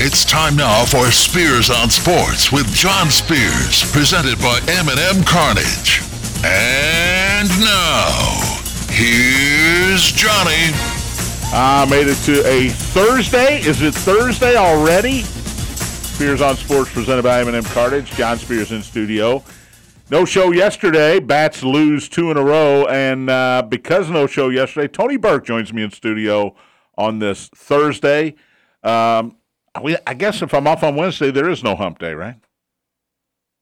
It's time now for Spears on Sports with John Spears, presented by M&M Carnage. And now, here's Johnny. I made it to a Thursday. Is it Thursday already? Spears on Sports presented by M&M Cartage. John Spears in studio. No show yesterday. Bats lose two in a row. And uh, because no show yesterday, Tony Burke joins me in studio on this Thursday. Um, we, I guess if I'm off on Wednesday, there is no hump day, right?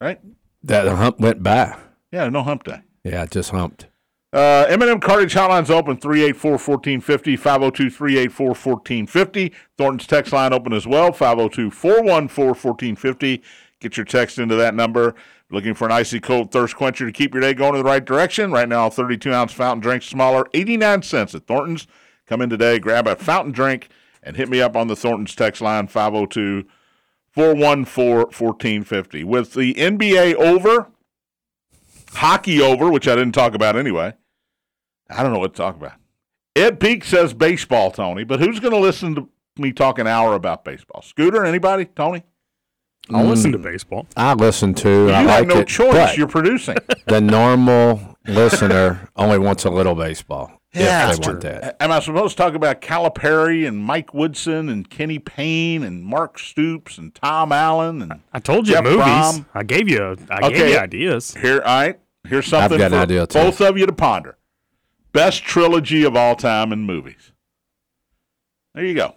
Right? That hump went by. Yeah, no hump day. Yeah, it just humped. Uh, M&M Cartage Hotline's open 384-1450, 502-384-1450. Thornton's text line open as well, 502-414-1450. Get your text into that number. Looking for an icy cold thirst quencher to keep your day going in the right direction? Right now, 32-ounce fountain drinks, smaller, 89 cents at Thornton's. Come in today, grab a fountain drink, and hit me up on the Thornton's text line, 502-414-1450. With the NBA over hockey over, which I didn't talk about anyway. I don't know what to talk about. Ed Peak says baseball, Tony, but who's going to listen to me talk an hour about baseball? Scooter, anybody? Tony? I'll listen Mm. to baseball. I listened to. You I have liked no it, choice. but You're producing. the normal listener only wants a little baseball. Yeah. if they want that. Am I supposed to talk about Calipari and Mike Woodson and Kenny Payne and Mark Stoops and Tom Allen? And I told you Jeff movies. Brom. I gave you. I Okay. gave you ideas. here, all right, here's something got an for idea, too. both of you to ponder. Best trilogy of all time in movies. There you go.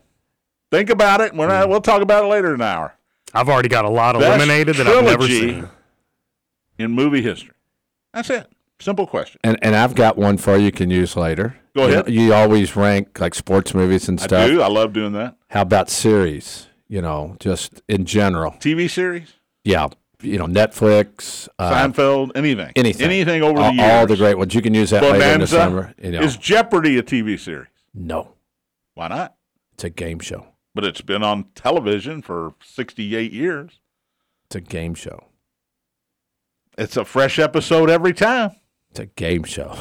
Think about it. We're not, Mm. We'll talk about it later in an hour. I've already got a lot Best eliminated that I've never trilogy seen. in movie history. That's it. Simple question. And and I've got one for you you can use later. Go You ahead. know, You, always rank like sports movies and I stuff. do. I love doing that. How about series? You know, just in general. TV series, Yeah, you know, Netflix, uh, Seinfeld, anything, anything, anything over all, the years. all the great ones. You can use that later in the Bonanza summer. You know, is Jeopardy a TV series? no, Why not? it's a game show. But it's been on television for sixty-eight years. It's a game show. It's a fresh episode every time. It's a game show.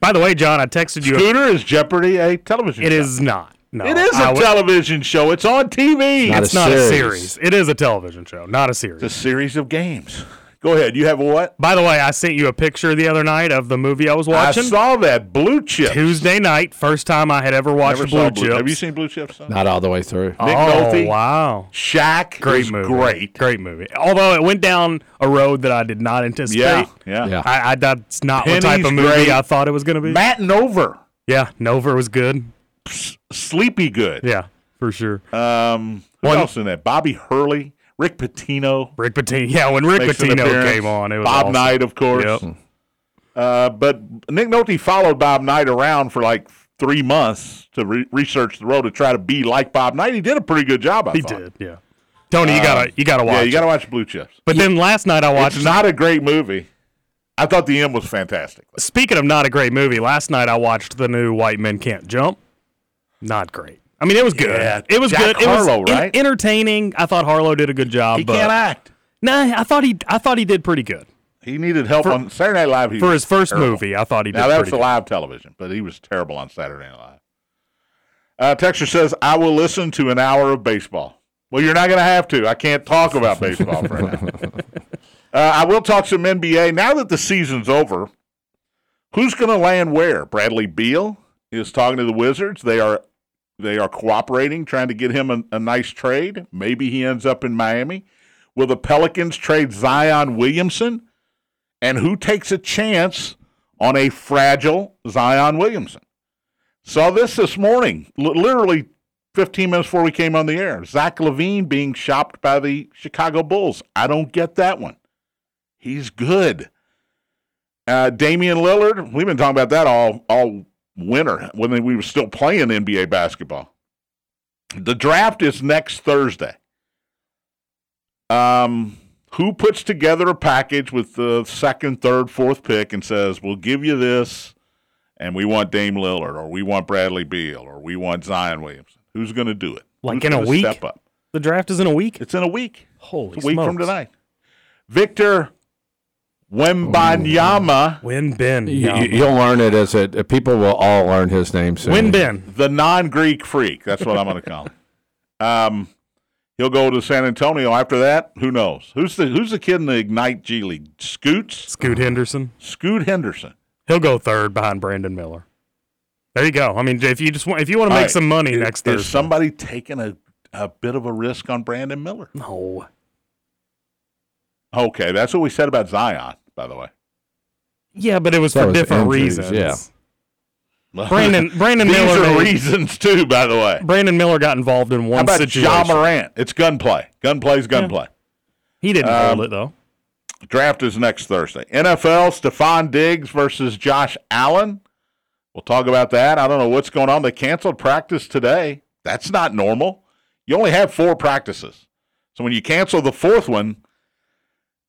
By the way, John, I texted you. Scooter is Jeopardy a television? It show? is not. No, It is I a would- television show. It's on TV. Not it's It's not a series. series. It is a television show, not a series. a series of games. Go ahead. You have a what? By the way, I sent you a picture the other night of the movie I was I watching. saw that blue chip. Tuesday night, first time I had ever watched Never Blue saw Chips. Have you seen Blue Chips? son? Not all the way through. Oh Nick Nolte? wow! Shaq Great is movie. great. Great movie. Although it went down a road that I did not anticipate. Yeah, yeah. Yeah. I, I that's not the type Penny's of movie great. I thought it was going to be. Matt Nover, yeah, Nova was good. Sleepy Good. Yeah, for sure. Um, who One- else in that? Bobby Hurley, Rick Pitino. Rick Pitino. Yeah, when Rick makes an Pitino appearance. came on, it was Bob awesome. Knight, of course. Yep. Uh, but Nick Nolte followed Bob Knight around for like three months to re- research the role to try to be like Bob Knight. He did a pretty good job. I He thought. did. Yeah. Tony, you gotta you gotta watch. Uh, Yeah, you got it. to watch Blue Chips. But then last night I watched. It's not a great movie. I thought the end was fantastic. speaking of not a great movie, last night I watched the new White Men Can't Jump. Not great. I mean, it was good. Yeah, it was Jack good. It was Harlow, en- right? entertaining. I thought Harlow did a good job. He but can't act. Nah, I thought he I thought he did pretty good He needed help on Saturday Night Live. He for was his first terrible. movie. I thought he did Now that was pretty the good. live television, but he was terrible on Saturday Night Live. Uh, Texture says, "I will listen to an hour of baseball." Well, you're not going to have to. I can't talk about baseball for now. Uh, I will talk some NBA now that the season's over. Who's going to land where? Bradley Beal is talking to the Wizards. They are they are cooperating, trying to get him a, a nice trade. Maybe he ends up in Miami. Will the Pelicans trade Zion Williamson? And who takes a chance on a fragile Zion Williamson? Saw this this morning, li- literally 15 minutes before we came on the air. Zach Levine being shopped by the Chicago Bulls. I don't get that one. He's good. Uh, Damian Lillard, we've been talking about that all all winter when we were still playing NBA basketball. The draft is next Thursday. Um, who puts together a package with the second, third, fourth pick and says, "We'll give you this, and we want Dame Lillard, or we want Bradley Beal, or we want Zion Williamson"? Who's going to do it? Like Who's in a gonna week? Step up. The draft is in a week. It's in a week. Holy It's a week from smokes. tonight. Victor Wembanyama, Win Ben. You, Yeah. you, will learn it as it. People will all learn his name soon. Win Ben. the non Greek freak. That's what I'm going to call him. Um, He'll go to San Antonio after that. Who knows? Who's the Who's the kid in the Ignite G League? Scoots Scoot Henderson. Scoot Henderson. He'll go third behind Brandon Miller. There you go. I mean, if you just want, if you want to make All right. some money Is- next is Thursday, somebody taking a, a bit of a risk on Brandon Miller? no, Okay, that's what we said about Zion, by the way. yeah, but it was That for was different injuries, reasons. yeah. Brandon Brandon These Miller are made- reasons too, by the way. Brandon Miller got involved in How one about situation. Ja Morant? It's gunplay. Gunplay's gunplay. he didn't Um, hold it though. Draft is next Thursday. NFL, Stephon Diggs versus Josh Allen. We'll talk about that. I don't know what's going on. They canceled practice today. That's not normal. You only have four practices. So when you cancel the fourth one,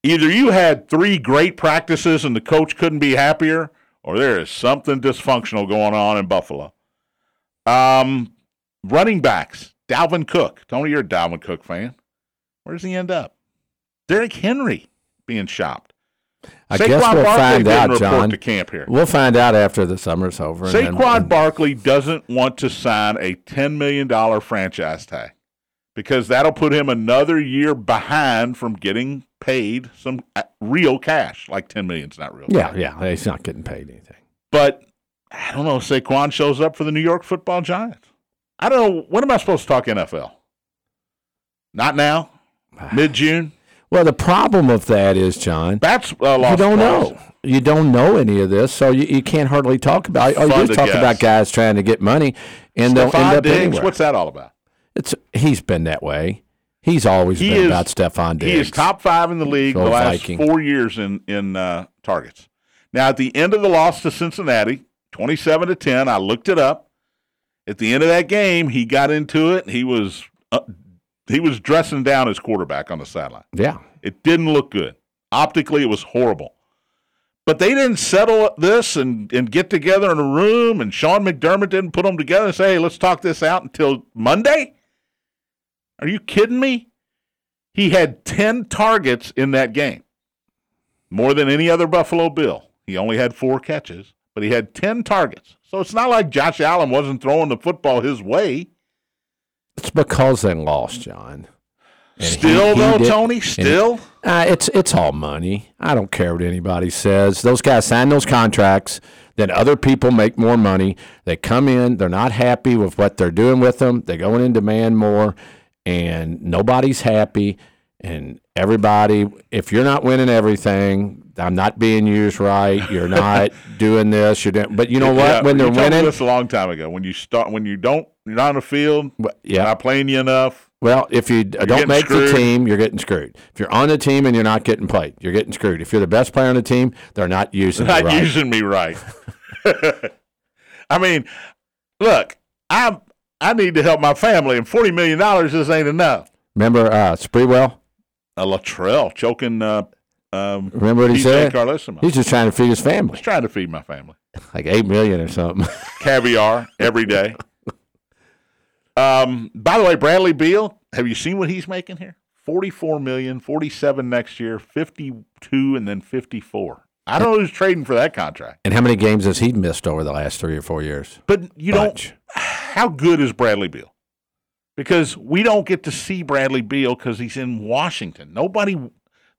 either you had three great practices and the coach couldn't be happier, or there is something dysfunctional going on in Buffalo. Um, running backs, Dalvin Cook. Tony, you're a Dalvin Cook fan. Where does he end up? Derrick Henry being shopped. I guess we'll find didn't out, report John. to camp here. We'll find out after the summer's over. and then- Saquon Barkley doesn't want to sign a $10 million franchise tag because that'll put him another year behind from getting paid some uh, real cash. Like $10 million is not real. yeah, yeah. He's not getting paid anything. But I don't know. Saquon shows up for the New York football Giants. I don't know. When am I supposed to talk NFL? Not now. Mid June. Well, the problem of that is, John, That's a uh, lost you don't cause. know. You don't know any of this, so you, you can't hardly talk about it. Fun Or you to just talk guess. about guys trying to get money and they'll end Stephon up Diggs, anywhere. what's that all about? It's, he's been that way. He's always He been is- about Stefan Diggs. He is top five in the league So the last Viking. four years in in uh, targets. Now at the end of the loss to Cincinnati, twenty-seven to ten, I looked it up. At the end of that game, he got into it. He was uh, he was dressing down his quarterback on the sideline. Yeah. It didn't look good. Optically, it was horrible. But they didn't settle this and, and get together in a room, and Sean McDermott didn't put them together and say, hey, let's talk this out until Monday? Are you kidding me? He had 10 targets in that game, more than any other Buffalo Bill. He only had four catches, but he had 10 targets. So it's not like Josh Allen wasn't throwing the football his way. It's because they lost, John. And he- still, he though, did- Tony, still. Uh, it's it's all money. I don't care what anybody says. Those guys sign those contracts. Then other people make more money. They come in. They're not happy with what they're doing with them. They go in and demand more, and nobody's happy. And everybody, if you're not winning everything, I'm not being used right. You're not doing this. You're doing. But you know what? Yeah, when you they're told me winning, this a long time ago. When you start, when you don't, you're not on the field. yeah. not playing you enough. Well, if you d- getting don't make screwed. the team, you're getting screwed. If you're on the team and you're not getting played, you're getting screwed. If you're the best player on the team, they're not using Not you right. using me right. I mean, look, I'm I need to help my family, and forty million dollars just ain't enough. Remember uh, Spreewell? A Latrell choking. Uh, um, Remember what he DJ said? Carlesimo. He's just trying to feed his family, trying to feed my family like eight million or something. caviar every day. um, by the way, Bradley Beal, have you seen what he's making here? 44 million, 47 next year, 52 and then 54. I don't know who's trading for that contract. and how many games has he missed over the last three or four years? But you Bunch. don't. How good is Bradley Beal? Because we don't get to see Bradley Beal because he's in Washington. Nobody,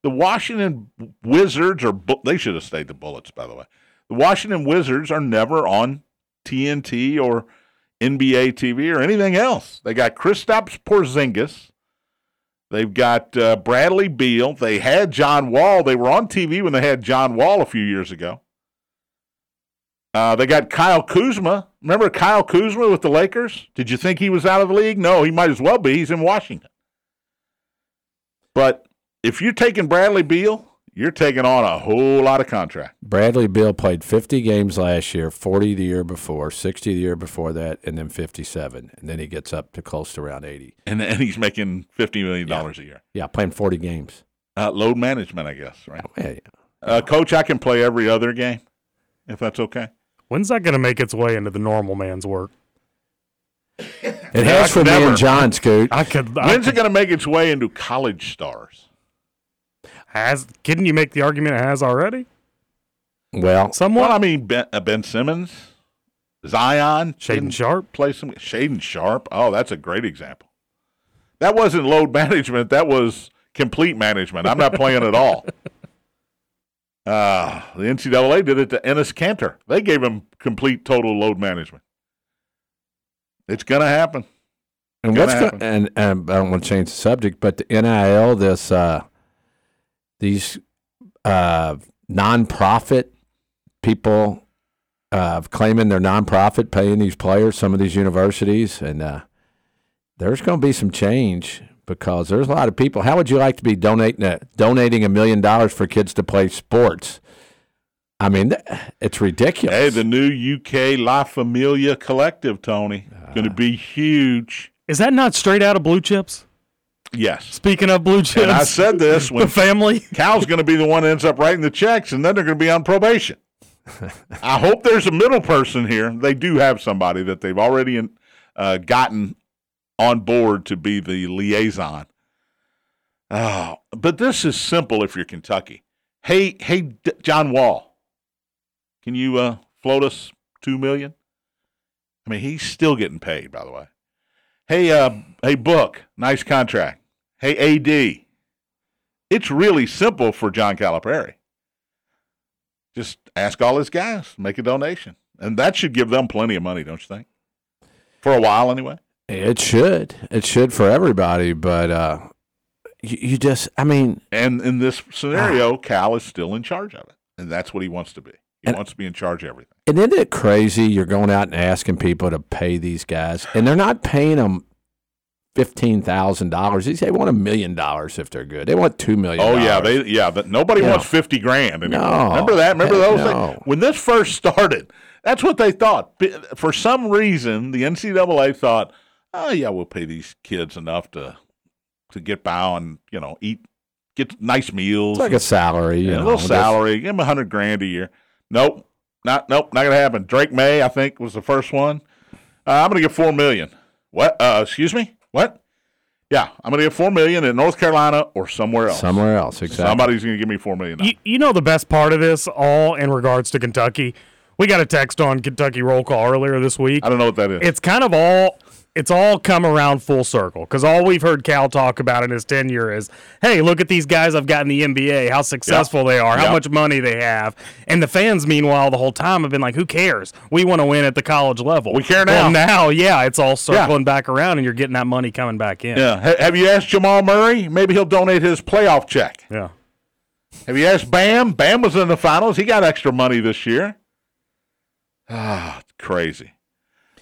the Washington Wizards are. Bu- They should have stayed the Bullets, by the way. The Washington Wizards are never on TNT or NBA TV or anything else. They got Kristaps Porzingis. They've got uh, Bradley Beal. They had John Wall. They were on TV when they had John Wall a few years ago. Uh, they got Kyle Kuzma. Remember Kyle Kuzma with the Lakers? Did you think he was out of the league? No, he might as well be. He's in Washington. But if you're taking Bradley Beal, you're taking on a whole lot of contract. Bradley Bill played 50 games last year, 40 the year before, 60 the year before that, and then 57, and then he gets up to close to around 80. And, and he's making $50 million a year. Yeah, playing 40 games. Uh, load management, I guess, right? Yeah, yeah. Uh, coach, I can play every other game, if that's okay. When's that going to make its way into the normal man's work? It has for me never- and John Scoot. I could. I When's it could going to make its way into college stars? has couldn't you make the argument it has already? Well, Somewhat. Well, I mean, Ben, uh, ben Simmons, Zion, Shaden didn't- Sharp. play some Shaden Sharp. Oh, that's a great example. That wasn't load management. That was complete management. I'm not playing at all. Uh, the NCAA did it to Ennis Cantor. They gave him complete total load management. It's going to happen. And Gonna what's going happen. and, and I don't want to change the subject, but the NIL, this uh, these uh, nonprofit people uh, claiming they're nonprofit paying these players, some of these universities, and uh, there's going to be some change because there's a lot of people. How would you like to be donating a, donating a million dollars for kids to play sports? I mean, th- it's ridiculous. Hey, the new UK La Familia collective, Tony, going to be huge. Is that not straight out of blue chips? Yes. Speaking of blue And I chips, said this the when family. Cal's going to be the one that ends up writing the checks, and then they're going to be on probation. I hope there's a middle person here. They do have somebody that they've already in, uh, gotten on board to be the liaison. Oh, but this is simple if you're Kentucky. Hey, hey, D- John Wall, can you uh, float us two million? I mean, he's still getting paid, by the way. Hey, uh, hey, Book, nice contract. Hey, AD, it's really simple for John Calipari. Just ask all his guys, make a donation, and that should give them plenty of money, don't you think? For a while, anyway. It should. It should for everybody, but uh, you, you just, I mean, And in this scenario, Cal is still in charge of it, and that's what he wants to be. He wants to be in charge of everything. and isn't it crazy you're going out and asking people to pay these guys, and they're not paying them $15,000. These- They want a million dollars if they're good. They want $2 million. Oh yeah, they yeah. But nobody Yeah. wants fifty grand anymore. No. Remember that? Remember Heck those? no. Things? When this first started, that's what they thought. B- For some reason, the NCAA thought, "Oh yeah, we'll pay these kids enough to to get by on you know eat, get nice meals, It's like a salary. You and know, a little just- salary, give him a hundred grand a year." Nope, not nope, not gonna happen. Drake May, I think, was the first one. Uh, I'm gonna get four million. What? Uh, excuse me? What? Yeah, I'm gonna get four million in North Carolina or somewhere else. Somewhere else, exactly. Somebody's going to give me four million. You, you know the best part of this, all in regards to Kentucky. We got a text on Kentucky roll call earlier this week. I don't know what that is. It's kind of all. It's all come around full circle because all we've heard Cal talk about in his tenure is, "Hey, look at these guys I've got in the NBA. How successful they are. How Yeah. much money they have." And the fans, meanwhile, the whole time have been like, "Who cares? We want to win at the college level. We care Well, now. now, yeah, it's all circling back around, and you're getting that money coming back in. yeah. Ha- Have you asked Jamal Murray? Maybe he'll donate his playoff check. yeah. Have you asked Bam? Bam was in the finals. He got extra money this year. Ah, it's crazy.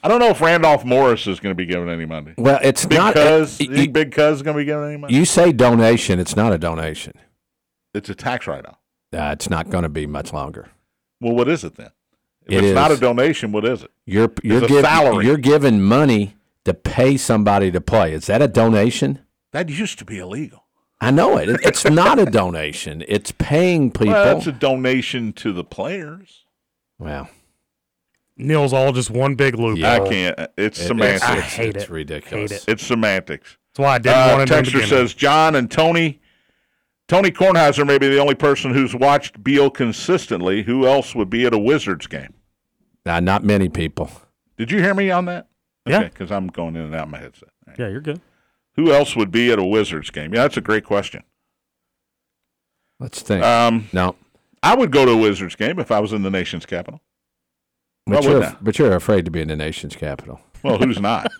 I don't know if Randolph Morris is going to be given any money. well, it's not. Because it- you, Big Cuz going to be given any money? you say donation, it's not a donation. it's a tax write-off. Uh, it's not going to be much longer. Well, what is it then? If It it's not a is. donation, what is it? You're you're a giving salary. you're giving money to pay somebody to play. Is that a donation? That used to be illegal. I know it. It- It's not a donation. It's paying people. Well, Well, that's a donation to the players. Neil's all just one big loop. Yeah. I Oh. can't. It's it- semantics. I it's- hate it's it. ridiculous. Hate it. it's semantics. That's why I didn't Uh, want it. in the Texter beginning. says John and Tony. Tony Kornheiser may be the only person who's watched Beal consistently. Who else would be at a Wizards game? Nah, not many people. Did you hear me on that? Yeah. Because I'm going in and out of my headset. All right. "Yeah, you're good." Who else would be at a Wizards game? Yeah, that's a great question. Let's think. Uh, Um, no, I would go to a Wizards game if I was in the nation's capital. but why you're wouldn't I? but you're afraid to be in the nation's capital. Well, who's not?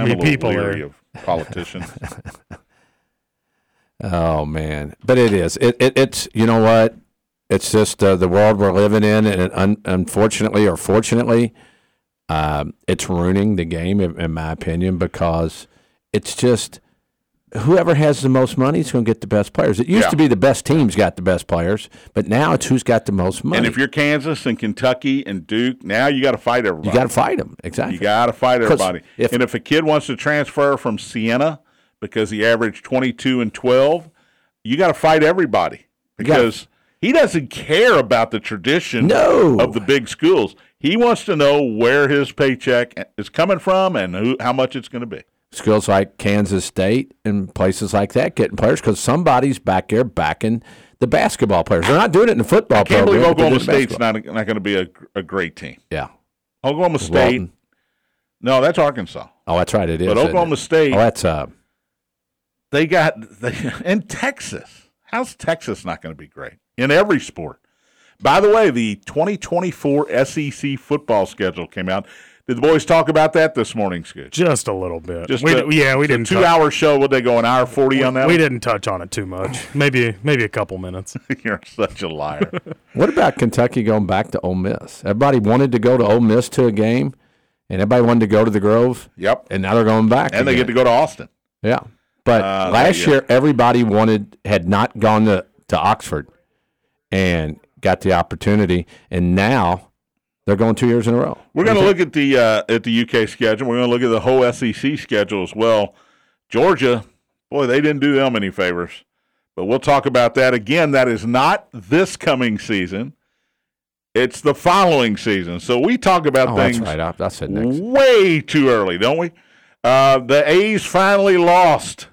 I'm a many little people are. leery of politicians. Oh man, but it is. It, it it's you know what? It's just uh, the world we're living in, and it un- unfortunately or fortunately, um, it's ruining the game in, in my opinion because it's just whoever has the most money is going to get the best players. It used Yeah. to be the best teams got the best players, but now it's who's got the most money. and if you're Kansas and Kentucky and Duke, now you got to fight everybody. you got to fight them exactly. You got to fight 'Cause everybody. if- and if a kid wants to transfer from Siena because he averaged 22 and 12, you got to fight everybody gotta- because he doesn't care about the tradition No. of the big schools. He wants to know where his paycheck is coming from and who, how much it's going to be. schools like Kansas State and places like that getting players because somebody's back there backing the basketball players. They're not doing it in the football Can't program. believe but they're Oklahoma doing State's basketball. not, not going to be a, a great team. Yeah. Oklahoma State. Walton. No, that's Arkansas. Oh, that's right. It is. But isn't Oklahoma it? State- Oh, that's uh, They got they, in Texas. How's Texas not going to be great in every sport? By the way, the 2024 SEC E football schedule came out. Did the boys talk about that this morning, Scooch? Just a little bit. Just we, a- yeah, it's we a didn't. touch- two-hour show. Would they go an hour forty on that? We one? didn't touch on it too much. Maybe maybe a couple minutes. You're such a liar. What about Kentucky going back to Ole Miss? Everybody wanted to go to Ole Miss to a game, and everybody wanted to go to the Grove, yep. and now they're going back. And they get to go again. to Auston. yeah. But Uh, last yeah. year, everybody wanted had not gone to, to Oxford, and got the opportunity, and now they're going two years in a row. We're going to look at the uh, at the UK schedule. We're going to look at the whole SEC schedule as well. Georgia, boy, they didn't do them any favors. But we'll talk about that again. That is not this coming season. It's the following season. So we talk about Oh, things Mm-hmm. that's right. I, I said next. way too early, don't we? Uh, the A's finally lost.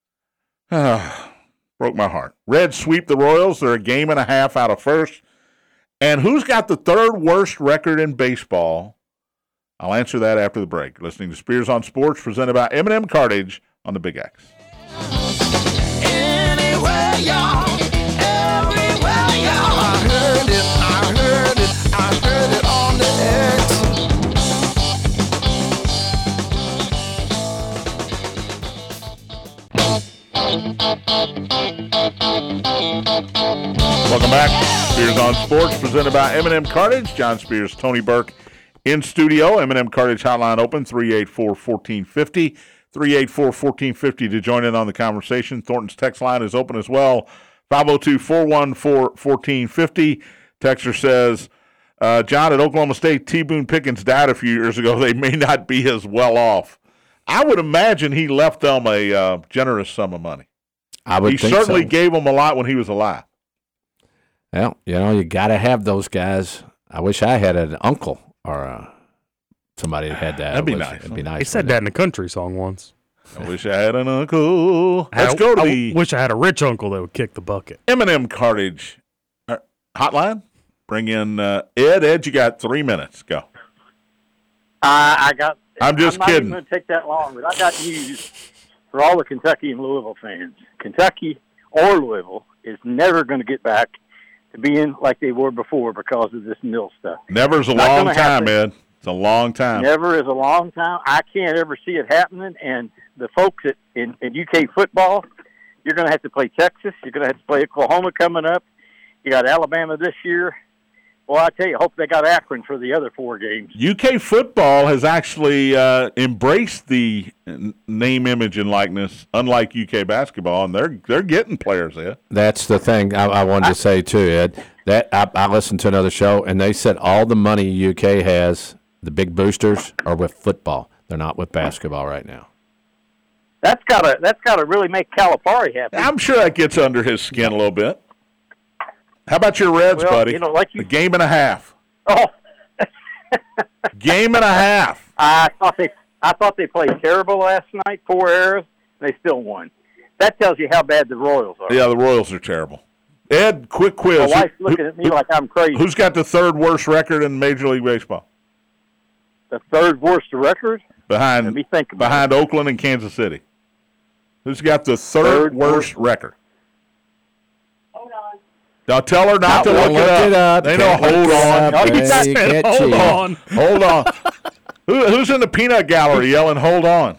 Broke my heart. Reds sweep the Royals. They're a game and a half out of first. And who's got the third worst record in baseball? I'll answer that after the break. Listening to Spears on Sports, presented by Eminem Cartage on the Big X. Anywhere y'all, everywhere y'all. I heard it, I heard it, I heard it on the X. Welcome back. Spears on Sports, presented by Eminem Cartage. John Spears, Tony Burke in studio. Eminem Cartage hotline open 384 1450. 384 1450 to join in on the conversation. Thornton's text line is open as well 502 414 1450. Texter says, uh, John at Oklahoma State, T Boone Pickens died a few years ago. They may not be as well off. I would imagine he left them a uh, generous sum of money. I would he think certainly so. gave them a lot when he was alive. Well, you know, you got to have those guys. I wish I had an uncle or uh, somebody that had that. That'd be It was- nice. It'd be nice. He said wouldn't that in a country song once. I wish I had an uncle. I- Let's go to I the wish I had a rich uncle that would kick the bucket. Eminem Cartage uh, hotline. Bring in uh, Ed. Ed, you got three minutes. Go. Uh, I got. I'm just not kidding. even going to take that long, but I got news for all the Kentucky and Louisville fans. Kentucky or Louisville is never going to get back to being like they were before because of this nil stuff. Never's a Not long gonna time, happen. Ed. It's a long time. Never is a long time. I can't ever see it happening. And the folks at, in, in UK football, you're going to have to play Texas. You're going to have to play Oklahoma coming up. You got Alabama this year. Well, I tell you, hope they got Akron for the other four games. UK football has actually uh, embraced the n- name, image, and likeness, unlike UK basketball, and they're they're getting players. Ed. That's the thing I, I wanted to say too, Ed. That I, I listened to another show, and they said all the money UK has, the big boosters, are with football. They're not with basketball right now. That's got to that's got to really make Calipari happy. I'm sure that gets under his skin a little bit. How about your Reds, Well, buddy? you know, like you- a game and a half. Oh, Game and a half. I thought they I thought they played terrible last night, four errors, and they still won. That tells you how bad the Royals are. Yeah, the Royals are terrible. Ed, quick quiz. My wife's Who, looking at me like I'm crazy. has got the third worst record in Major League Baseball? the third worst record? Behind Let me think about behind Oakland and Kansas City. Who's got the third, Third worst record? Hold on. Now tell her not to Well, look, it, up. They know Can't hold look it on. up, No, you Ed. got- You can't Hold cheat. on. Hold on. Who, who's in the peanut gallery yelling, hold on?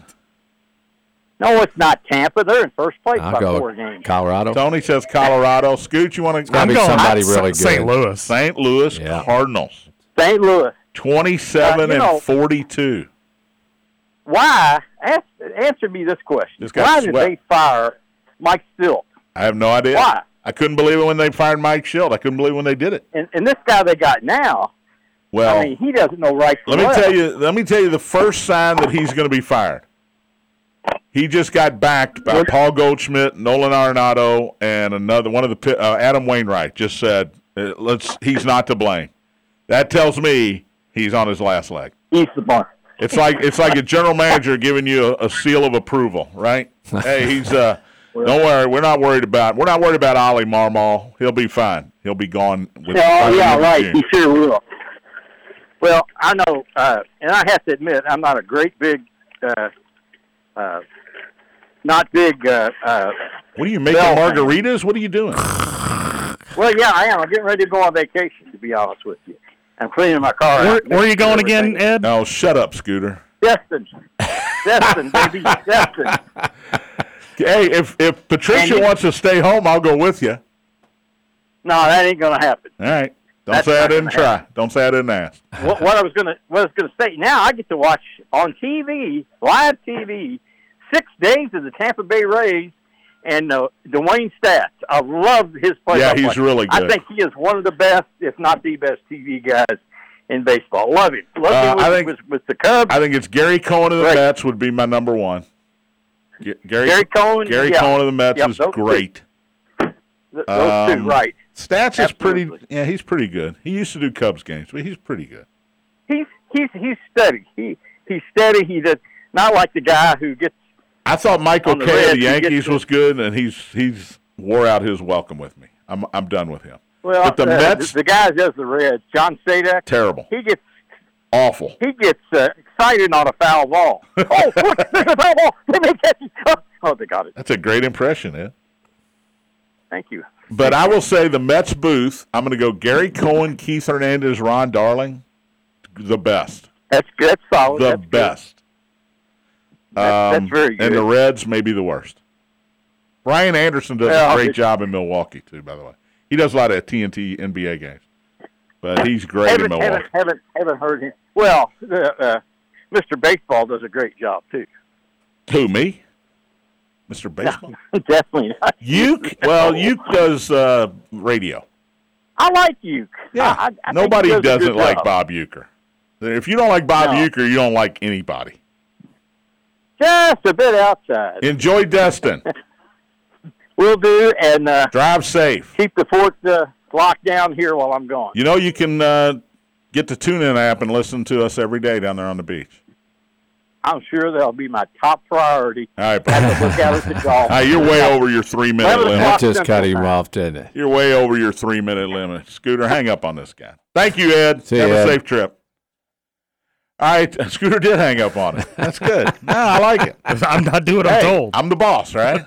No, it's not Tampa. They're in first place I'll by go four with games. Colorado. Tony says Colorado. Scoot, you want gotta to be going somebody out really St. good. St. Louis. St. Louis Yeah. Cardinals. St. Louis. Twenty seven Uh, you know- and forty two. Why? Ask, answer me this question. Just got Why did swept. they fire Mike Silk? I have no idea. Why? I couldn't believe it when they fired Mike Schild. I couldn't believe when they did it. And, and this guy they got now, Well, I mean, he doesn't know right from let me left. tell you. Let me tell you the first sign that he's going to be fired. He just got backed by Paul Goldschmidt, Nolan Arenado, and another one of the pi- uh, Adam Wainwright. Just said, uh, "Let's." He's not to blame. That tells me he's on his last leg. He's the bunch. It's like it's like a general manager giving you a, a seal of approval, right? Hey, he's uh, don't worry, we're not worried about we're not worried about Ollie Marmol. He'll be fine. He'll be gone. With by Oh the yeah, end of right. June. He sure will. Well, I know, uh, and I have to admit, I'm not a great big uh, uh, not big. Uh, uh, What are you making Bell fan. margaritas? What are you doing? well, yeah, I am. I'm getting ready to go on vacation. To be honest with you, I'm cleaning my car. Where, out, where are you making going everything. again, Ed? No, shut up, Scooter. Destin. Destin, baby, Destin. Hey, if if Patricia And you- wants to stay home, I'll go with you. No, that ain't gonna happen. All right. Don't That's say I not didn't gonna try. Don't say I didn't ask. what, what I was gonna what I was gonna say now I get to watch on TV live TV six days of the Tampa Bay Rays and uh, Dwayne Stats. I love his play. Yeah, he's really I good. think he is one of the best, if not the best, TV guys in baseball. Love him. Love Uh, him with, I think- with, with the Cubs. I think it's Gary Cohen of the Right. Mets would be my number one. G- Gary Gary Cohen. Gary yeah, Cohen of the Mets Yep, is those two. great. th- Those Um, two, right? Stats is pretty. Absolutely. Yeah, he's pretty good. He used to do Cubs games, but he's pretty good. He's he's he's steady. He he's steady. He does not like the guy who gets I thought Michael On the K of red, the he gets Yankees the- was good, and he's he's wore out his welcome with me. I'm I'm done with him. well. But the uh, Mets- the guy who does the Reds, John Sadak. Terrible, He gets awful. he gets uh, excited on a foul ball. oh, look, there's a foul ball. Let me catch it. Oh, Oh, they got it. That's a great impression, Ed. Thank you. But I will say the Mets booth. I'm going to go Gary Cohen, Keith Hernandez, Ron Darling, the best, That's good. That's solid. the Oh, that's good. best. Um, That- that's very And good. the Reds may be the worst. Brian Anderson does Yeah, a I'll great be- job in Milwaukee too. By the way, he does a lot of TNT NBA games, but he's great in Haven't, Milwaukee. haven't, haven't, haven't heard him. Well, uh, uh, Mr. Baseball does a great job, too. Who me, Mr. Baseball? Definitely. not. Uke? Well, Uke does uh, radio. I like you. Yeah. I, I- I think he Nobody does a doesn't good like job. Bob Euchre. If you don't like Bob No. Euchre, you don't like anybody. Just a bit outside. Enjoy Destin. We'll do, and uh, Drive safe. keep the fort uh, locked down here while I'm gone. You know you can uh, get the TuneIn app and listen to us every day down there on the beach. I'm sure that'll be my top priority. All right, I Bob. have to look out at the golf. All right, you're way over your three minute Eleven limit. o'clock. That just cut him off, didn't it? You're way over your three minute limit. Scooter, hang up on this guy. Thank you, Ed. See ya, Have a Ed. safe trip. All right, Scooter did hang up on it. That's good. no, I like it. I'm not doing what I'm Hey, told. I'm the boss, right?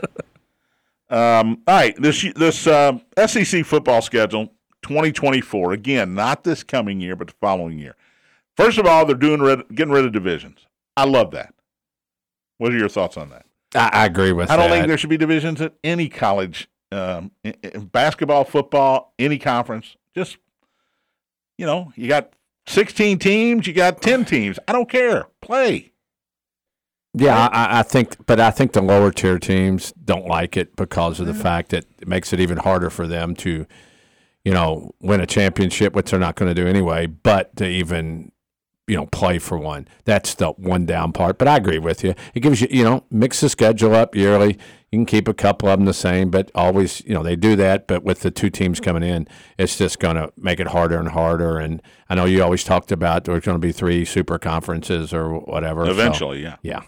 um, all right, this this um SEC football schedule 2024 again, not this coming year, but the following year. First of all, they're doing rid, getting rid of divisions. I love that. What are your thoughts on that? I, I agree with I don't that. think there should be divisions at any college, um, in- in basketball, football, any conference. Just you know, you got 16 teams, you got 10 teams. I don't care. Play. yeah, I- I, I think, but I think the lower tier teams don't like it because of the fact that it makes it even harder for them to, you know, win a championship, which they're not going to do anyway. But to even, you know, play for one, that's the one down part. But I agree with you. It gives you, you know, mix the schedule up yearly. You can keep a couple of them the same, but always, you know, they do that. But with the two teams coming in, it's just going to make it harder and harder. And I know you always talked about there's going to be three super conferences or whatever. so- Eventually, yeah. yeah.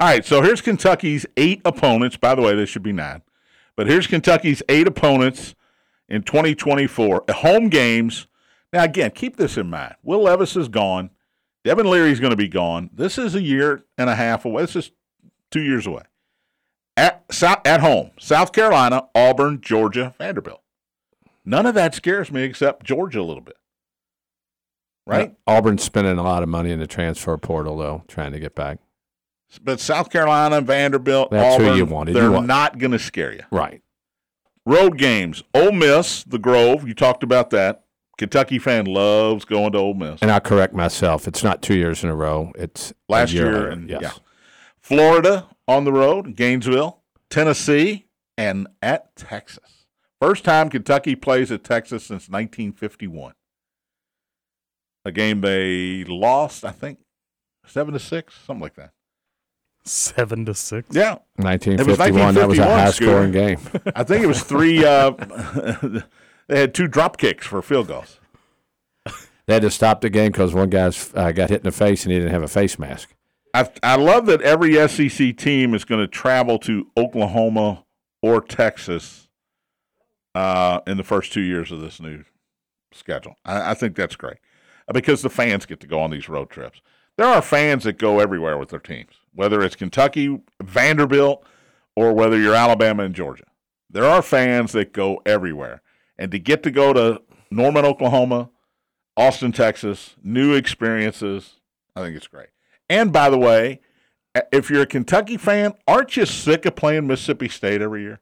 All right, so here's Kentucky's eight opponents. By the way, there should be nine. But here's Kentucky's eight opponents in 2024. Home games. Now, again, keep this in mind. Will Levis is gone. Devin Leary's going to be gone. This is a year and a half away. This is two years away. At, Sou- at home, South Carolina, Auburn, Georgia, Vanderbilt. None of that scares me except Georgia a little bit. Right? Uh, Auburn's spending a lot of money in the transfer portal, though, trying to get back. But South Carolina, Vanderbilt, That's who Auburn, you wanted. You they're want- not going to scare you. Right. Road games. Ole Miss, the Grove. You talked about that. Kentucky fan loves going to Ole Miss. And I correct myself. It's not two years in a row. It's a Last year, later. and yes. yeah. Florida on the road, Gainesville, Tennessee, and at Texas. First time Kentucky plays at Texas since 1951. A game they lost, I think, seven to six, something like that. Seven to six. Yeah, 1951, That was a 1951, high scoring game. I think it was three. Uh, they had two drop kicks for field goals. They had to stop the game because one guy uh, got hit in the face and he didn't have a face mask. I, I love that every SEC team is going to travel to Oklahoma or Texas uh, in the first two years of this new schedule. I, I think that's great Uh, because the fans get to go on these road trips. There are fans that go everywhere with their teams. whether it's Kentucky, Vanderbilt, or whether you're Alabama and Georgia. There are fans that go everywhere. And to get to go to Norman, Oklahoma, Austin, Texas, new experiences, I think it's great. And by the way, if you're a Kentucky fan, aren't you sick of playing Mississippi State every year?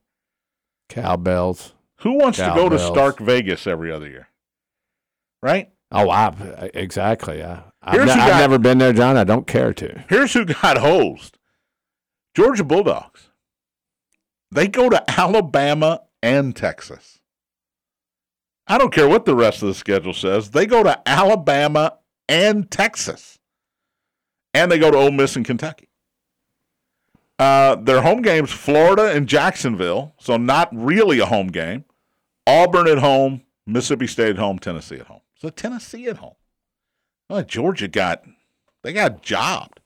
Cowbells. Who wants to go to Cowbells. Stark Vegas every other year? Right? Oh, I I- exactly. I, I've, Here's ne- who I've got- never been there, John. I don't care to. Here's who got hosed Georgia Bulldogs. They go to Alabama and Texas. I don't care what the rest of the schedule says. They go to Alabama and Texas. And they go to Ole Miss and Kentucky. Uh, their home games, Florida and Jacksonville. So, not really a home game. Auburn at home, Mississippi State at home, Tennessee at home. So, Tennessee at home. Well, Georgia got, they got jobbed.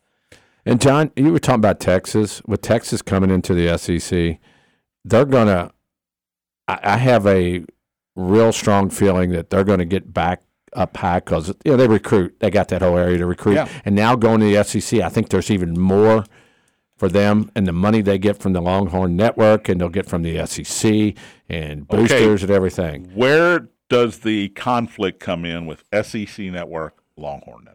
And John, you were talking about Texas. With Texas coming into the SEC, they're gonna. I, I have a real strong feeling that they're going to get back up high because you know they recruit. They got that whole area to recruit, Yeah. and now going to the SEC, I think there's even more for them and the money they get from the Longhorn Network and they'll get from the SEC and Okay. boosters and everything. Where does the conflict come in with SEC Network, Longhorn Network?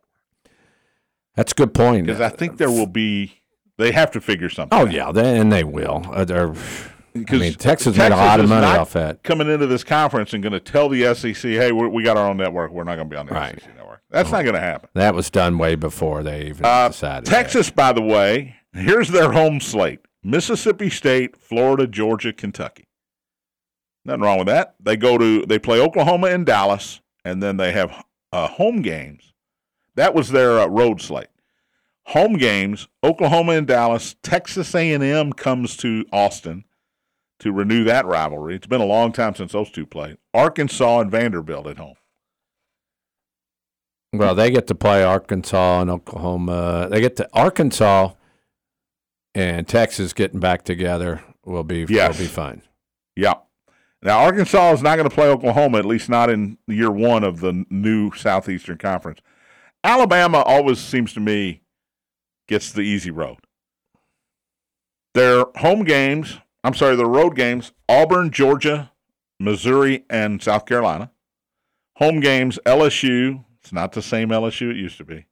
That's a good point. Because I think there will be, they have to figure something. Oh yeah, they, and they will. Uh, they're, I Because mean, Texas, made a lot of is money not off that. Coming into this conference and going to tell the SEC, hey, we're, we got our own network. We're not going to be on the Right. SEC network. That's not going to happen. That was done way before they even Uh, decided. that. Texas, by the way, here's their home slate Mississippi State, Florida, Georgia, Kentucky. Nothing wrong with that. They go to, they play Oklahoma and Dallas, and then they have uh, home games. That was their uh, road slate. Home games, Oklahoma and Dallas, Texas A&M comes to Austin to renew that rivalry. It's been a long time since those two played. Arkansas and Vanderbilt at home. Well, they get to play Arkansas and Oklahoma. They get to Arkansas and Texas getting back together will be Yes. will be fun. Yeah. Now Arkansas is not going to play Oklahoma, at least not in year one of the new Southeastern Conference. Alabama always seems to me gets the easy road. Their home games, I'm sorry, their road games: Auburn, Georgia, Missouri, and South Carolina. Home games: LSU. It's not the same LSU it used to be.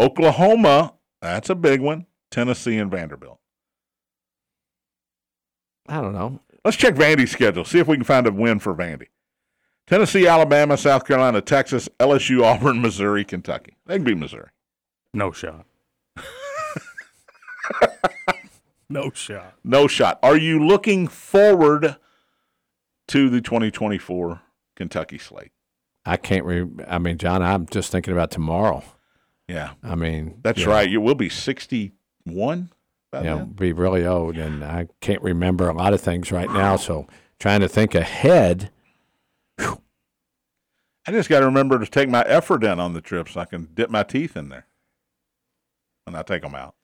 Oklahoma. That's a big one. Tennessee and Vanderbilt. I don't know. Let's check Vandy's schedule. See if we can find a win for Vandy. Tennessee, Alabama, South Carolina, Texas, LSU, Auburn, Missouri, Kentucky. They can be Missouri. No shot. no shot. No shot. Are you looking forward to the 2024 Kentucky slate? I can't. Re- I mean, John, I'm just thinking about tomorrow. Yeah, I mean, that's you right. You will be 61 by Know, you know, then. be really old, and I can't remember a lot of things right now. So trying to think ahead. I just got to remember to take my effort in on the trip so I can dip my teeth in there when I take them out.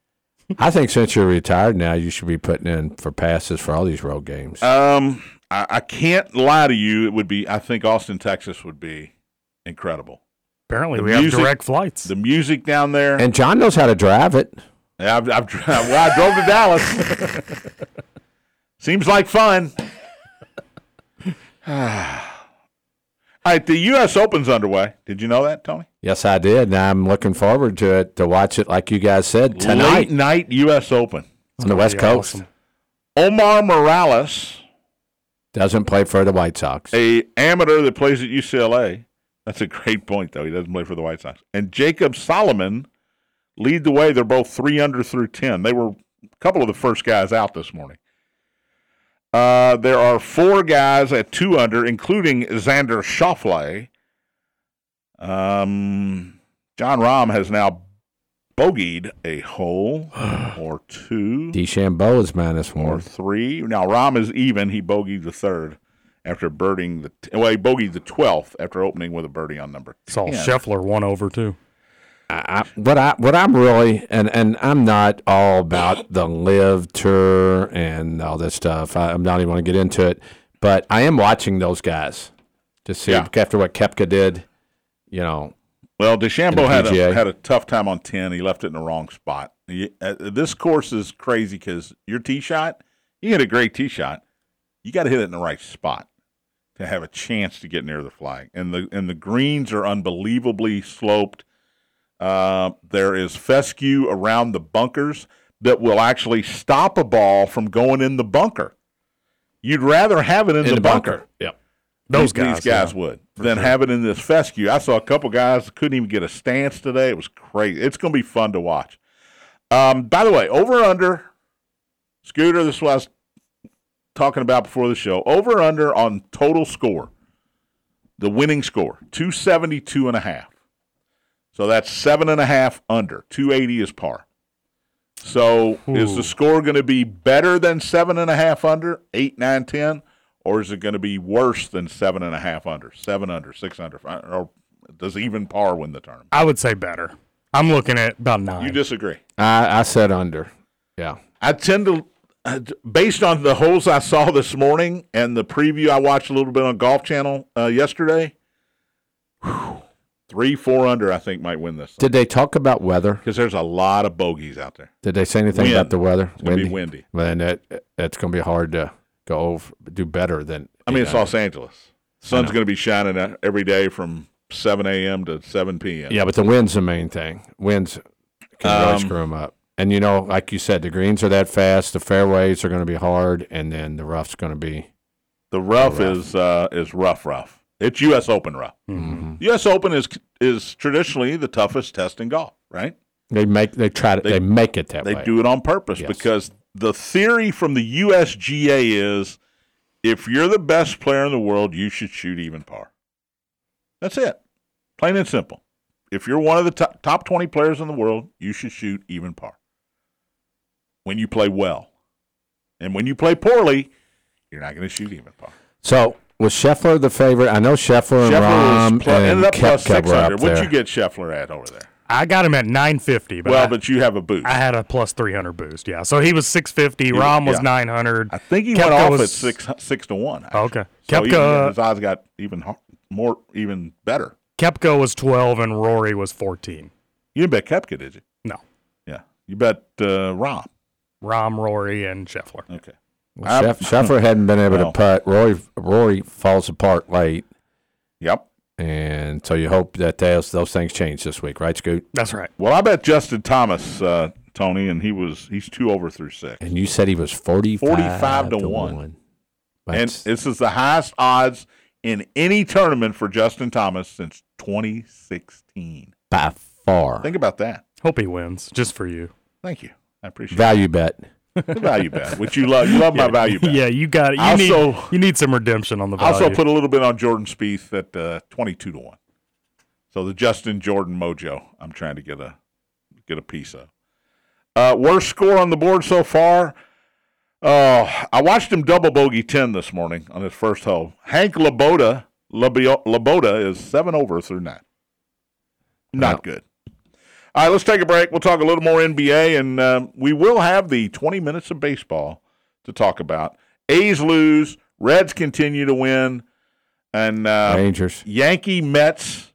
I think since you're retired now, you should be putting in for passes for all these road games. Um, I, I can't lie to you. It would be, I think Austin, Texas would be incredible. Apparently, The we have music- direct flights. the music down there. and John knows how to drive it. yeah, I've, I've, dri- well, I drove to Dallas. Seems like fun. All right, the U.S. Open's underway. Did you know that, Tony? Yes, I did, and I'm looking forward to it to watch it. Like you guys said tonight Late night U.S. Open. on the West Pretty Coast. awesome. Omar Morales, Doesn't play for the White Sox. a amateur that plays at UCLA. That's a great point, though. He doesn't play for the White Sox. And Jacob Solomon lead the way. They're both three under through ten. They were a couple of the first guys out this morning. Uh, there are four guys at two under, including Xander Schauffele. Um, John Rahm has now bogeyed a hole or two DeChambeau is minus or one. three. Now Rahm is even. He bogeyed the third after birding the t- well, he bogeyed the twelfth after opening with a birdie on number. Saw Scheffler one over too. I, I, what I what I'm really and and I'm not all about the live tour and all this stuff. I, I'm not even going to get into it, but I am watching those guys to see Yeah. after what Kepka did. You know, Well, DeChambeau had a, PGA. had a tough time on 10. He left it in the wrong spot. You- uh, This course is crazy because your tee shot, you hit a great tee shot, you got to hit it in the right spot to have a chance to get near the flag. And the and the greens are unbelievably sloped. Uh, there is fescue around the bunkers that will actually stop a ball from going in the bunker. You'd rather have it in, the, bunker Yep. Those these- guys. These guys would. Then have it in this fescue. I saw a couple guys that couldn't even get a stance today. It was crazy. It's going to be fun to watch. Um, by the way, over or under, Scooter, this is what I was talking about before the show. Over or under on total score, the winning score, 272 and a half. So that's seven and a half under. 280 is par. So is the score going to be better than seven and a half under, eight, nine, ten, or is it going to be worse than seven and a half under, seven under, six under, fi- or does even par win the tournament? I would say better. I'm looking at about You nine. disagree. I, I said under. Yeah. I tend to, uh, based on the holes I saw this morning and the preview I watched a little bit on Golf Channel uh, yesterday, whew, three, four under, I think might win this Did they talk about weather? because there's a lot of bogeys out there. Did they say anything Wind. about the weather? It's going to be windy. Well, then that that's going to be hard to go over, do better than. I mean, it's Los Angeles. Sun's going to be shining out every day from 7 a.m. to 7 p.m. Yeah, but the wind's the main thing. Winds can Um, really screw them up. And you know, like you said, the greens are that fast. The fairways are going to be hard, and then the rough's going to be. The rough, is uh, is rough, rough. It's U.S. Open rough. mm-hmm. U.S. Open is is traditionally the toughest test in golf, right? They make they try to they, make it that They way. do it on purpose Yes. because the theory from the USGA is if you're the best player in the world, you should shoot even par. That's it. Plain and simple. If you're one of the top, top 20 players in the world, you should shoot even par. When you play well. And when you play poorly, you're not going to shoot even par. So was Scheffler the favorite? I know Scheffler and Scheffler Rahm was pl- and ended up plus Koepka were up 600. What'd there. you get Scheffler at over there? I got him at 950, but, well, I, but you have a boost. I had a plus 300 boost. Yeah. So he was 650. Rom was yeah. 900. I think he Koepka went off was- Oh, at six six to one. actually. Okay. so even Koepka- then, his odds got even har- more, even better. Kepko was 12 and Rory was 14. You didn't bet Kepka, did you? No. Yeah, you bet uh, Rom. Rom, Rory, and Scheffler. Okay, Well, Sheff- Scheffler hadn't been able Well. to putt. Rory Rory falls apart late, yep. and so you hope that those those things change this week, right, Scoot? That's right. Well, I bet Justin Thomas, uh, Tony, and he was he's two over through six, And you said he was 45, 45 to to one. 1. and That's- this is the highest odds in any tournament for Justin Thomas since 2016. by far. Think about that. Hope he wins, just for you. Thank you. I appreciate it. Value bet. the value bet, which you love. You love my value bet. Yeah, you got it. You, I need, also- you need some redemption on the I value. also put a little bit on Jordan Spieth at uh, twenty-two to one. So the Justin Jordan mojo, I'm trying to get a get a piece of. Uh, worst score on the board so far. Uh, I watched him double bogey ten this morning on his first hole. Hank Laboda Labio- Laboda is seven over through nine. Not good. All right, let's take a break. We'll talk a little more NBA, and um, we will have the 20 minutes of baseball to talk about. A's lose, Reds continue to win, and uh, Rangers. Yankee Mets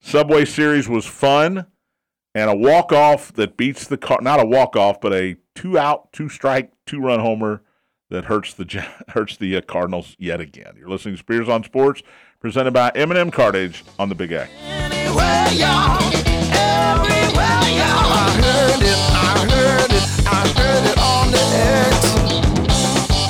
Subway Series was fun, and a walk off that beats the car not a walk off, but a two out, two strike, two run homer that hurts the Ja- hurts the uh, Cardinals yet again. You're listening to Spears on Sports, presented by Eminem Cartage on the Big X. Anywhere, y'all. Everywhere, y'all. I heard it, I heard it, I heard it on the X.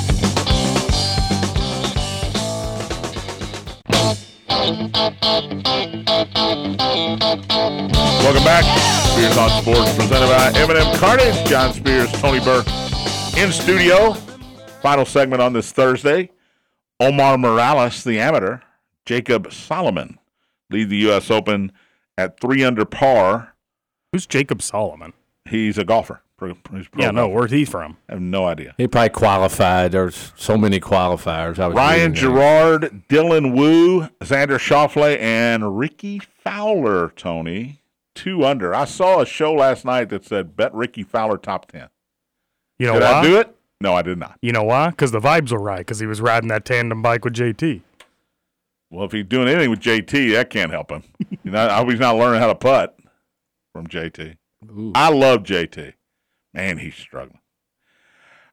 Welcome back. Spears on Sports, presented by Eminem Carnage, John Spears, Tony Burke in studio. Final segment on this Thursday. Omar Morales, the amateur, Jacob Solomon lead the U.S. Open at three under par. Who's Jacob Solomon? He's a golfer. Pro, he's a pro yeah, no, golfer. where's he from? I have no idea. He probably qualified. There's so many qualifiers. Oh, I was reading Ryan that. Gerard, Dylan Wu, Xander Schauffele, and Ricky Fowler, Tony, two under. I saw a show last night that said, bet Ricky Fowler top 10. You know Did why? I do it? No, I did not. You know why? Because the vibes were right. Because he was riding that tandem bike with JT. Well, if he's doing anything with JT, that can't help him. you know, I hope he's not learning how to putt from JT. I love JT. Man, he's struggling.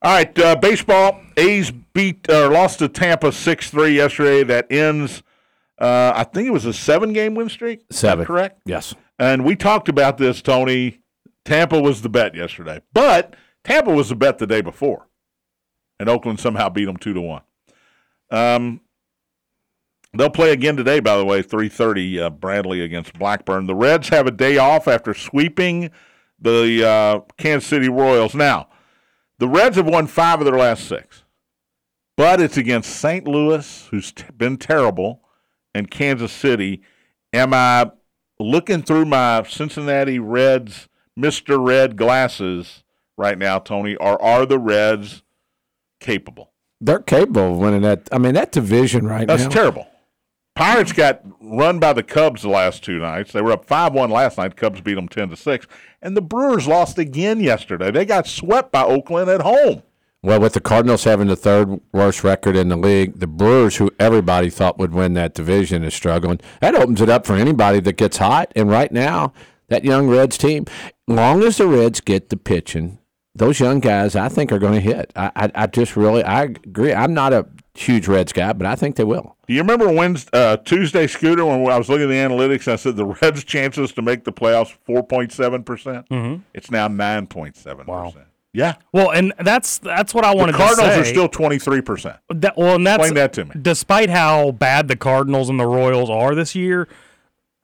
All right, uh, baseball. A's beat or lost to Tampa six three yesterday. That ends. Uh, I think it was a seven game win streak. Is that Seven. correct. Yes. And we talked about this, Tony. Tampa was the bet yesterday, but Tampa was the bet the day before, and Oakland somehow beat them two to one. Um, they'll play again today, by the way, three thirty. Uh, Bradley against Blackburn. The Reds have a day off after sweeping the uh, Kansas City Royals. Now, the Reds have won five of their last six, but it's against St. Louis, who's t- been terrible, and Kansas City. Am I looking through my Cincinnati Reds, Mr. Red glasses right now, Tony, or are the Reds capable? They're capable of winning that. I mean, that division right That's now. terrible. Pirates got run by the Cubs the last two nights. They were up 5 1 last night. Cubs beat them 10 to 6. And the Brewers lost again yesterday. They got swept by Oakland at home. Well, with the Cardinals having the third worst record in the league, the Brewers, who everybody thought would win that division, is struggling. That opens it up for anybody that gets hot. And right now, that young Reds team, long as the Reds get the pitching, those young guys, I think, are going to hit. I, I, I just really, I agree. I'm not a huge Reds guy, but I think they will. Do you remember Wednesday, uh, Tuesday, Scooter, when I was looking at the analytics and I said the Reds' chances to make the playoffs 4.7%? percent It's now 9.7%. Wow. Yeah. Well, and that's that's what I wanted the Cardinals to are say. still 23%. That, well, and that's Explain that to me. Despite how bad the Cardinals and the Royals are this year,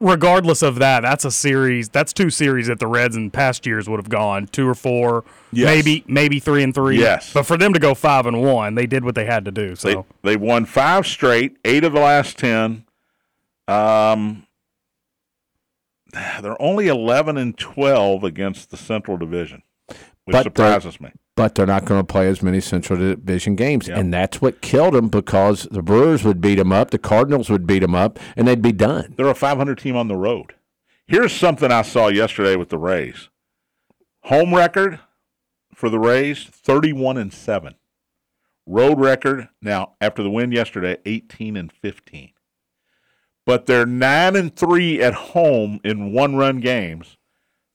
regardless of that, that's a series. That's two series that the Reds in past years would have gone two or four, Yes. maybe maybe three and three. Yes. but for them to go five and one, they did what they had to do. So They, they won five straight, eight of the last 10. Um, they're only 11 and 12 against the Central Division, which But they're- surprises me. but they're not going to play as many Central Division games. And that's what killed them because the Brewers would beat them up, the Cardinals would beat them up, and they'd be done. They're a 500 team on the road. Here's something I saw yesterday with the Rays. Home record for the Rays 31 and 7. Road record now after the win yesterday 18 and 15. But they're 9 and 3 at home in one-run games,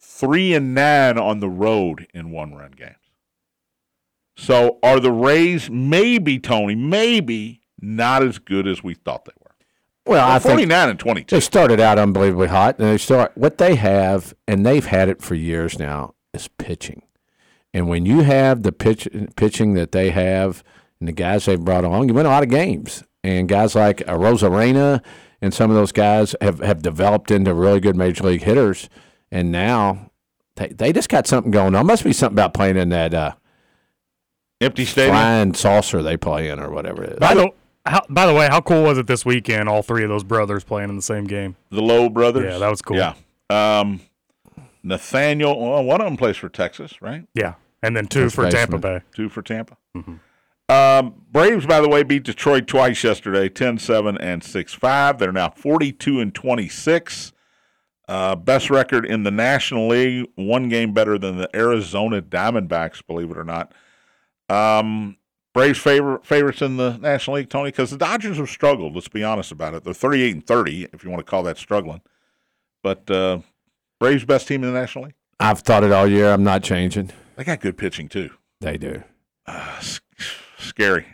3 and 9 on the road in one-run games. So are the Rays maybe Tony, maybe not as good as we thought they were. Well, I think 49 and 22. They started out unbelievably hot, and they start what they have, and they've had it for years now is pitching. And when you have the pitch, pitching that they have, and the guys they brought along, you win a lot of games. And guys like uh, Rosarena and some of those guys have, have developed into really good major league hitters. And now they, they just got something going on. Must be something about playing in that uh, Empty stadium. flying saucer they play in or whatever it is. by the how, by the way, how cool was it this weekend? All three of those brothers playing in the same game. The Lowe brothers. Yeah, that was cool. Yeah. Um, Nathaniel, well, one of them plays for Texas, right? Yeah, and then two First for Tampa Bay. baseman. Two for Tampa. Um, Braves, by the way, beat Detroit twice yesterday 10 7 and 6 5. They're now 42 and 26. Uh, best record in the National League, one game better than the Arizona Diamondbacks, believe it or not. Um, Braves favor, favorites in the National League, Tony, because the Dodgers have struggled. Let's be honest about it. They're 38 and 30, if you want to call that struggling. But uh, Braves best team in the National League. I've thought it all year. I'm not changing. They got good pitching too. They do. Uh, s- scary.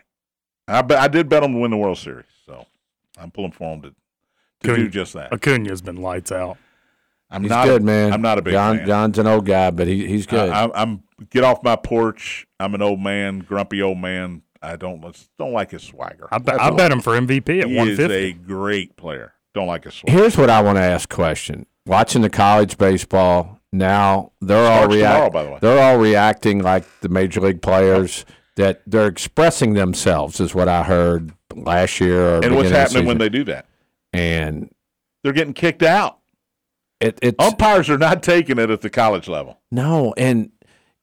I bet I did bet them to win the World Series, so I'm pulling for them to, to Could- do just that. Acuna's been lights out. I'm He's not good, a, man. I'm not a big John, fan. John's an old guy, but he, he's good. I, I, am get off my porch. I'm an old man, grumpy old man. I don't let's- don't like his swagger. I, bet That's I all. bet him for MVP at he is 150. a great player. Don't like his swagger. Here's what I want to ask question. Watching the college baseball now, they're all Starts tomorrow, reacting. by the way. They're all reacting like the major league players. That they're expressing themselves is what I heard last year. Or And what's happening when they do that? and They're getting kicked out. it, it's Umpires are not taking it at the college level. No, and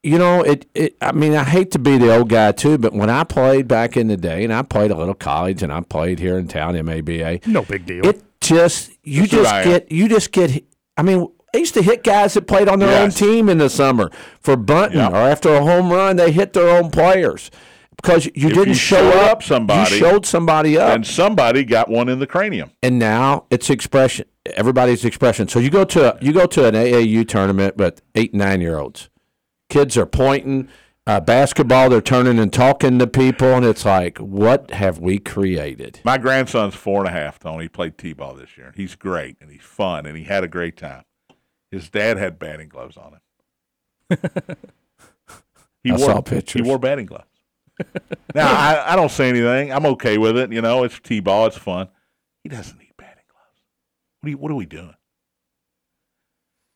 you know it, it. I mean, I hate to be the old guy too, but when I played back in the day, and I played a little college, and I played here in town, MABA. no big deal. It just you who just I am. get you just get. I mean, they used to hit guys that played on their Yes. own team in the summer for bunting Yeah. or after a home run, they hit their own players. because you If didn't you show showed up, up somebody- You showed somebody up, and somebody got one in the cranium. and now it's expression. Everybody's expression. So you go to a, you go to an AAU tournament with eight nine year olds. Kids are pointing uh, basketball. They're turning and talking to people, and it's like, what have we created? My grandson's four and a half, Tony. He played T ball this year, and he's great, and he's fun, and he had a great time. His dad had batting gloves on him. he I wore, saw pictures. He wore batting gloves. now, I, I don't say anything. I'm okay with it. You know, it's T ball, it's fun. He doesn't need batting gloves. What are, you, what are we doing?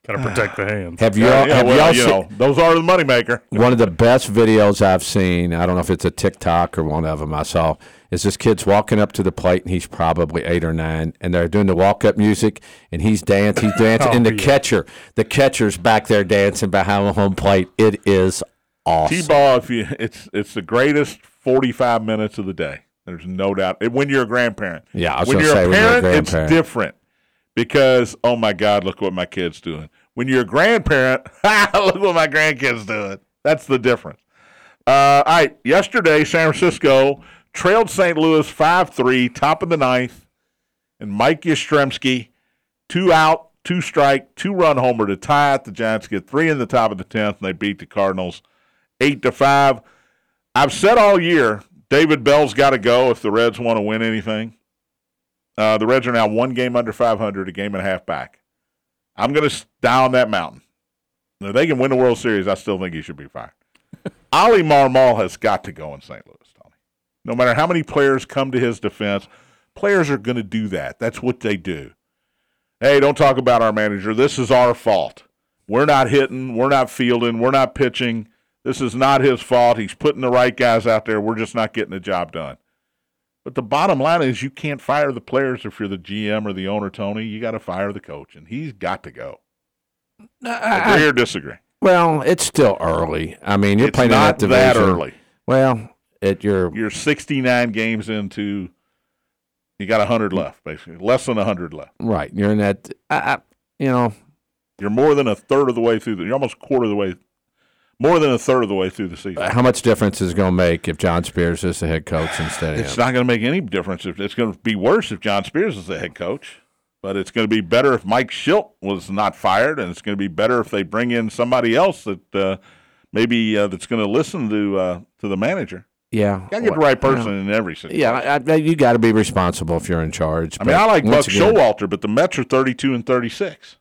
Got to protect the hands. Have you Uh, all, yeah, have well, y'all you seen- know, those are the moneymaker. one of the best videos I've seen. I don't know if it's a TikTok or one of them I saw. Is this kid's walking up to the plate and he's probably eight or nine, and they're doing the walk up music and he's dancing, he's dancing, and Oh, the catcher, the catcher's back there dancing behind the home plate. It is T awesome. ball, if you, it's it's the greatest forty five minutes of the day. There's no doubt. And When you're a grandparent, Yeah, I was when gonna you're say a when you're a parent, it's grandparent. different because oh my God, look what my kid's doing. When you're a grandparent, "Ha, look what my grandkids doing. That's the difference. Uh, all right, yesterday San Francisco trailed St. Louis five three, top of the ninth, and Mike Yastrzemski two out, two strike, two run homer to tie it. The Giants get three in the top of the tenth, and they beat the Cardinals eight to five. I've said all year, David Bell's got to go if the Reds want to win anything. Uh, the Reds are now one game under 500, a game and a half back. I'm going to down that mountain. If they can win the World Series, I still think he should be fired. Ali Marmol has got to go in St. Louis, Tony. No matter how many players come to his defense, players are going to do that. That's what they do. Hey, don't talk about our manager. This is our fault. We're not hitting. We're not fielding. We're not pitching. This is not his fault. He's putting the right guys out there. We're just not getting the job done. But the bottom line is you can't fire the players if you're the GM or the owner, Tony. You got to fire the coach, and he's got to go. Agree or disagree? Well, it's still early. I mean, you're It's playing in not that that division. early. Well, it you're You're 69 games into. You got 100 left, basically. Less than 100 left. right. You're in that. I, I, you know, You're more than a third of the way through. The, you're almost quarter of the way. More than a third of the way through the season. how much difference is it going to make if John Spears is the head coach instead of It's him? not going to make any difference. If it's going to be worse if John Spears is the head coach, but it's going to be better if Mike Schilt was not fired, and it's going to be better if they bring in somebody else that uh, maybe uh, that's going to listen to uh, to the manager. Yeah, Got to get the Well, right person in every situation. Yeah, I, I, you got to be responsible if you're in charge. I mean, I like Buck once again- Showalter, but the Mets are 32 and 36.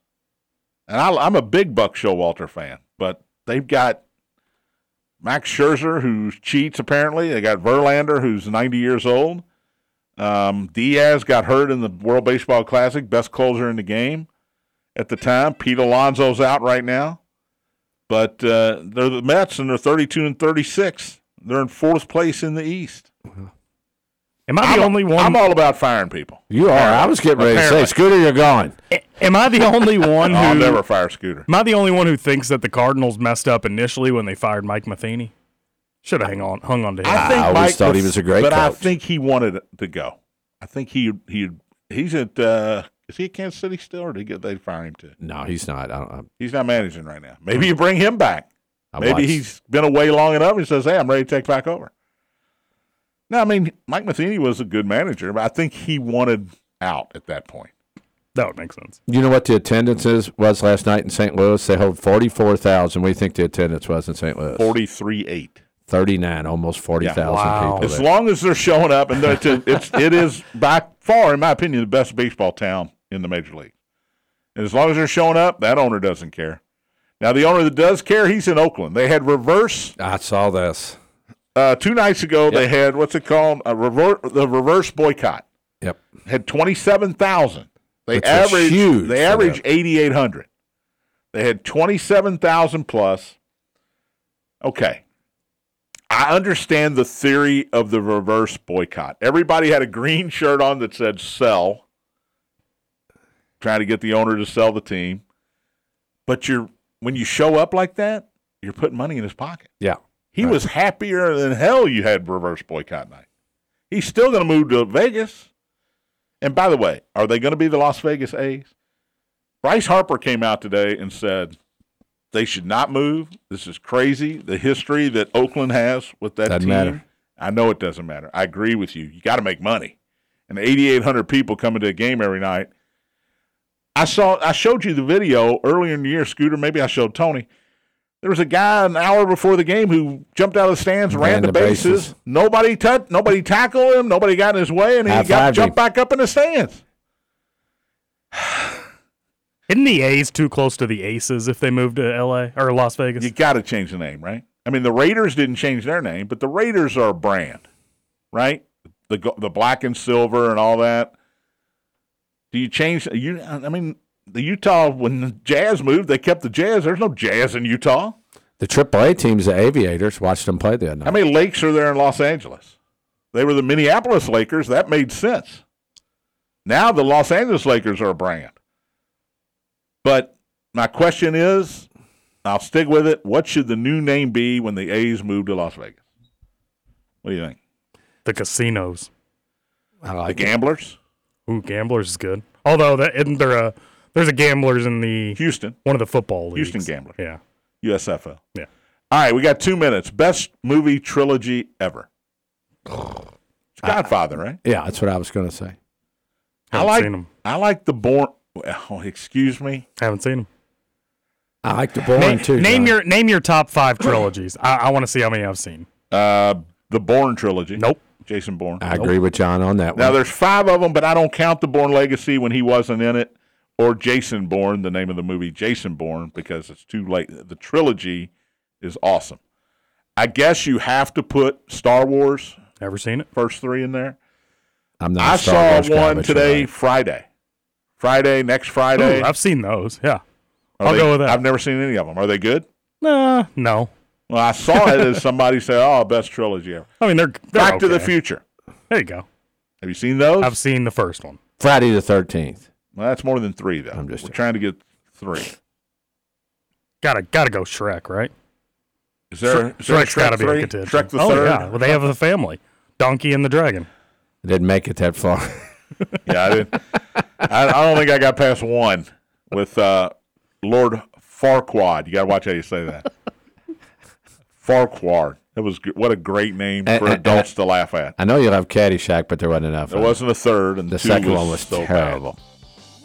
And I, I'm a big Buck Showalter fan, but they've got Max Scherzer, who cheats apparently. They got Verlander, who's 90 years old. Um, Diaz got hurt in the World Baseball Classic, best closer in the game at the time. Pete Alonso's out right now. But uh, they're the Mets, and they're 32 and 36. They're in fourth place in the East. Am I the only one? I'm all about firing people. You are. I was getting ready to Apparently. say, Scooter, you're gone. am I the only one who? I'll never fire Scooter. Am I the only one who thinks that the Cardinals messed up initially when they fired Mike Matheny? Should have hung on, hung on to him. I think I always Mike thought he was a great but I coach. think he wanted to go. I think he he he's at uh, is he at Kansas City still, or did he get they fire him to? No, he's not. I don't, I, He's not managing right now. Maybe you bring him back. I Maybe watched- he's been away long enough. and says, "Hey, I'm ready to take back over." No, I mean Mike Matheny was a good manager, but I think he wanted out at that point. That would make sense. You know what the attendance is was last night in St. Louis? They hold forty four thousand. We think the attendance was in St. Louis Forty three eight. thirty nine, almost forty thousand Wow. people. As there. long as they're showing up, and it's, it's it is by far, in my opinion, the best baseball town in the major league. And as long as they're showing up, that owner doesn't care. Now the owner that does care, he's in Oakland. They had reverse I saw this. uh, two nights ago. They had what's it called? A rever- the reverse boycott Yep. had twenty seven thousand. They Which was averaged huge for they averaged eighty eight hundred. They had twenty seven thousand plus. Okay. I understand the theory of the reverse boycott. Everybody had a green shirt on that said sell, trying to get the owner to sell the team. But you're when you show up like that, you're putting money in his pocket. Yeah. He was happier than hell you had reverse boycott night. He's still going to move to Vegas. And by the way, are they going to be the Las Vegas A's? Bryce Harper came out today and said they should not move. This is crazy. The history that Oakland has with that Doesn't team. matter. I know it doesn't matter. I agree with you. You got to make money. And 8,800 people coming to a game every night. I saw. I showed you the video earlier in the year, Scooter. Maybe I showed Tony. There was a guy an hour before the game who jumped out of the stands, ran, Ran the, the bases. bases. Nobody touched. Nobody tackled him. Nobody got in his way, and he got High-fived jumped him. back up in the stands. Isn't the A's too close to the Aces if they move to L.A. or Las Vegas? You got to change the name, right? I mean, the Raiders didn't change their name, but the Raiders are a brand, right? The go- the black and silver and all that. Do you change you? I mean, the Utah when the Jazz moved, they kept the Jazz. There's no Jazz in Utah. The AAA team's the Aviators. Watched them play the other How night. many lakes are there in Los Angeles? They were the Minneapolis Lakers. That made sense. Now the Los Angeles Lakers are a brand. But my question is, I'll stick with it. What should the new name be when the A's move to Las Vegas? What do you think? The casinos. I The like it. Gamblers, Ooh, Gamblers is good. Although that isn't there a there's a Gamblers in the Houston, one of the football leagues. Houston Gamblers. Yeah. USFL. Yeah. All right, we got two minutes. Best movie trilogy ever. It's Godfather, right? Yeah, that's what I was going to say. I Haven't like. seen 'em. I like the Born. Well, excuse me. Haven't seen them. I like the Bourne Name, too. name John. your name your top five trilogies. I, I want to see how many I've seen. Uh, the Bourne trilogy. Nope. Jason Bourne. I agree with John on that Now one. there's five of them, but I don't count the Bourne Legacy when he wasn't in it, or Jason Bourne, the name of the movie Jason Bourne, because it's too late. The trilogy is awesome. I guess you have to put Star Wars Never seen it. first three in there. I'm not. I a Star saw Wars guy, one but you're today, right. Friday, Friday next Ooh, Friday. I've seen those. Yeah. Are I'll they- go with that. I've never seen any of them. Are they good? Nah, no. Well, I saw it as somebody say, "Oh, best trilogy ever." I mean they're, they're Back to the okay. Future. There you go. Have you seen those? I've seen the first one. Friday the Thirteenth. Well, that's more than three, though. I'm just We're trying to get three. Gotta gotta go Shrek, right? Is there, is there a Shrek's gotta be three? a contention. Shrek the oh, third? Yeah. Well they have a family. Donkey and the Dragon. Didn't make it that far. Yeah, I, didn't, I, I don't think I got past one with uh, Lord Farquaad. You got to watch how you say that. Farquaad. That was good. what a great name Uh, for uh, adults to laugh at. I know you'll have Caddyshack, but there wasn't enough. There of it. wasn't a third, and The two second one was so terrible.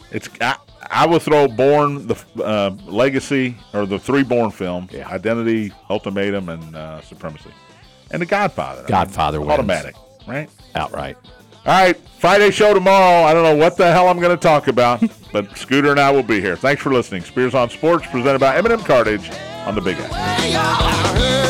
bad. It's I, I would throw Born the uh, Legacy or the three Born films: Yeah. Identity, Ultimatum, and uh, Supremacy, and The Godfather. I mean, Godfather wins. automatic, right? outright. All right, Friday show tomorrow. I don't know what the hell I'm going to talk about, but Scooter and I will be here. Thanks for listening. Spears on Sports, presented by Eminem Cartage on the Big X. I heard